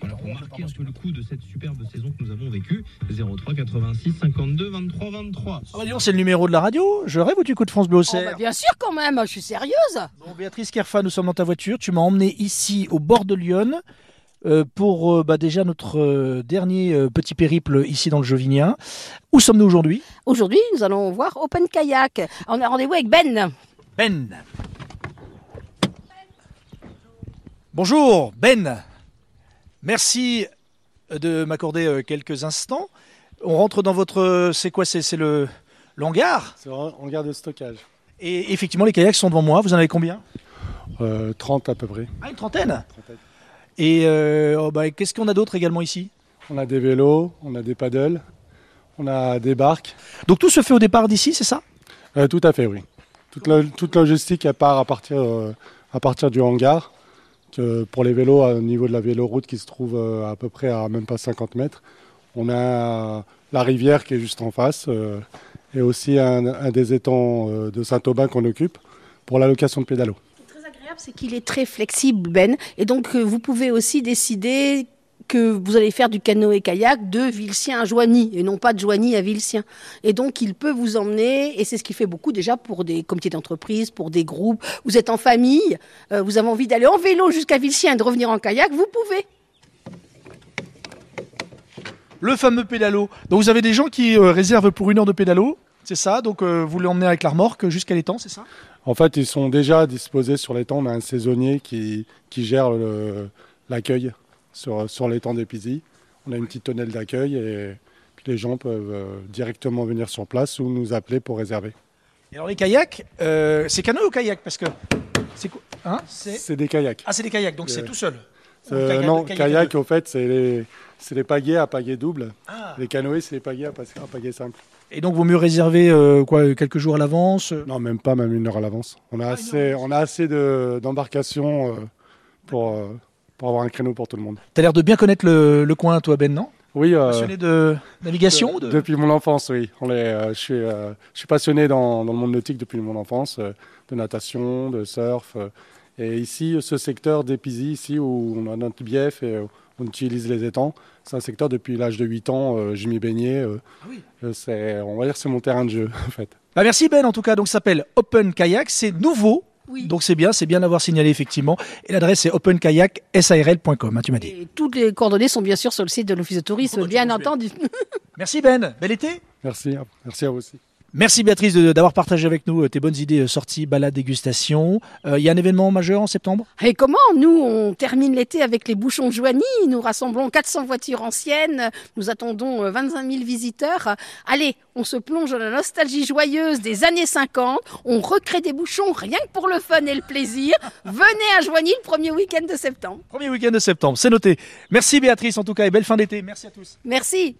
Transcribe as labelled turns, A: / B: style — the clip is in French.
A: pour marquer un peu le coup de cette superbe saison que nous avons vécue. 03 86 52 23 23.
B: Ah bah dis donc, c'est le numéro de la radio. Je rêve ou du coup de France Bleu
C: Oh, bah,
B: Auxerre
C: bien sûr quand même, je suis sérieuse.
B: Bon, Béatrice Kerfa, nous sommes dans ta voiture. Tu m'as emmené ici au bord de Lyon euh, pour euh, bah, déjà notre euh, dernier euh, petit périple ici dans le Jovinien. Où sommes-nous aujourd'hui
C: Aujourd'hui, nous allons voir Open Kayak. On a rendez-vous avec Ben.
B: Ben. Bonjour Ben. Merci de m'accorder euh, quelques instants. On rentre dans votre... euh, C'est quoi C'est c'est le l'hangar
D: C'est un hangar de stockage.
B: Et effectivement, les kayaks sont devant moi. Vous en avez combien
D: Euh, 30 à peu près.
B: Ah, une trentaine Et euh, oh, bah, qu'est-ce qu'on a d'autre également ici
D: On a des vélos, on a des paddles, on a des barques.
B: Donc tout se fait au départ d'ici, c'est ça
D: Euh, tout à fait, oui. Toute, la, toute la logistique, elle part à partir, euh, à partir du hangar. Que pour les vélos, euh, au niveau de la véloroute qui se trouve euh, à peu près à même pas 50 mètres, on a la rivière qui est juste en face euh, et aussi un, un des étangs euh, de Saint-Aubin qu'on occupe pour la location de pédalos.
C: Très agréable, c'est qu'il est très flexible, Ben. Et donc, euh, vous pouvez aussi décider que vous allez faire du canoë-kayak de Vilsien à Joigny et non pas de Joigny à Vilsien. Et donc, il peut vous emmener, et c'est ce qui fait beaucoup déjà pour des comités d'entreprise, pour des groupes. Vous êtes en famille, euh, vous avez envie d'aller en vélo jusqu'à Vilsien et de revenir en kayak, vous pouvez.
B: Le fameux pédalo. Donc vous avez des gens qui euh, réservent pour une heure de pédalo, c'est ça Donc euh, vous l'emmenez avec la remorque jusqu'à l'étang, c'est ça
D: En fait, ils sont déjà disposés sur l'étang. On a un saisonnier qui, qui gère le- l'accueil sur, sur l'étang d'Épizy. On a une petite tonnelle d'accueil et puis les gens peuvent euh, directement venir sur place ou nous appeler pour réserver.
B: Et alors les kayaks, euh, c'est canoë ou kayak Parce que c'est quoi hein C'est-
D: C'est des kayaks.
B: Ah c'est des kayaks, donc c'est
D: Euh,
B: tout seul. Ou
D: Euh,
B: kayak-
D: non,
B: à
D: kayak,
B: deux.
D: au fait, c'est les, c'est les pagaies à pagaie double.
B: Ah.
D: Les canoës, c'est les pagaies à, pas- à pagaie simple.
B: Et donc vaut mieux réserver euh, quoi quelques jours à l'avance. euh.
D: Non, même pas, même Ah, une heure à l'avance. On a assez, on a assez de- d'embarcations euh, pour, euh, pour avoir un créneau pour tout le monde.
B: T'as l'air de bien connaître le, le coin, toi Ben, non
D: Oui, euh,
B: Passionné de navigation, de,
D: Depuis mon enfance, oui. On est, euh, je, suis, euh, je suis passionné dans, dans le monde nautique depuis mon enfance, euh, de natation, de surf. euh. et ici, ce secteur d'Épizy, ici où on a notre bief et euh, on utilise les étangs, c'est un secteur depuis l'âge de 8 ans, euh, je m'y baignais. euh.
B: Ah oui.
D: Euh, c'est- on va dire que c'est mon terrain de jeu, en fait.
B: Bah, merci Ben en tout cas. Donc ça s'appelle Open Kayak, c'est nouveau.
C: Oui.
B: Donc c'est bien, c'est bien d'avoir signalé effectivement. Et l'adresse c'est openkayaksarl.com, hein, tu m'as dit.
C: Et toutes les coordonnées sont bien sûr sur le site de l'Office de tourisme,
B: Comment tu
C: bien
B: penses, Ben
C: entendu.
B: Merci Ben, bel été
D: Merci, merci à vous aussi.
B: Merci Béatrice de- d'avoir partagé avec nous euh, tes bonnes idées euh, sorties, balades, dégustation. Il y a un événement majeur en septembre
C: Et comment Nous, on termine l'été avec les bouchons de Joigny. Nous rassemblons 400 voitures anciennes. Nous attendons euh, 25 000 visiteurs. Allez, on se plonge dans la nostalgie joyeuse des années 50. On recrée des bouchons rien que pour le fun et le plaisir. Venez à Joigny le premier week-end de septembre.
B: Premier week-end de septembre, c'est noté. Merci Béatrice en tout cas et belle fin d'été. Merci à tous.
C: Merci.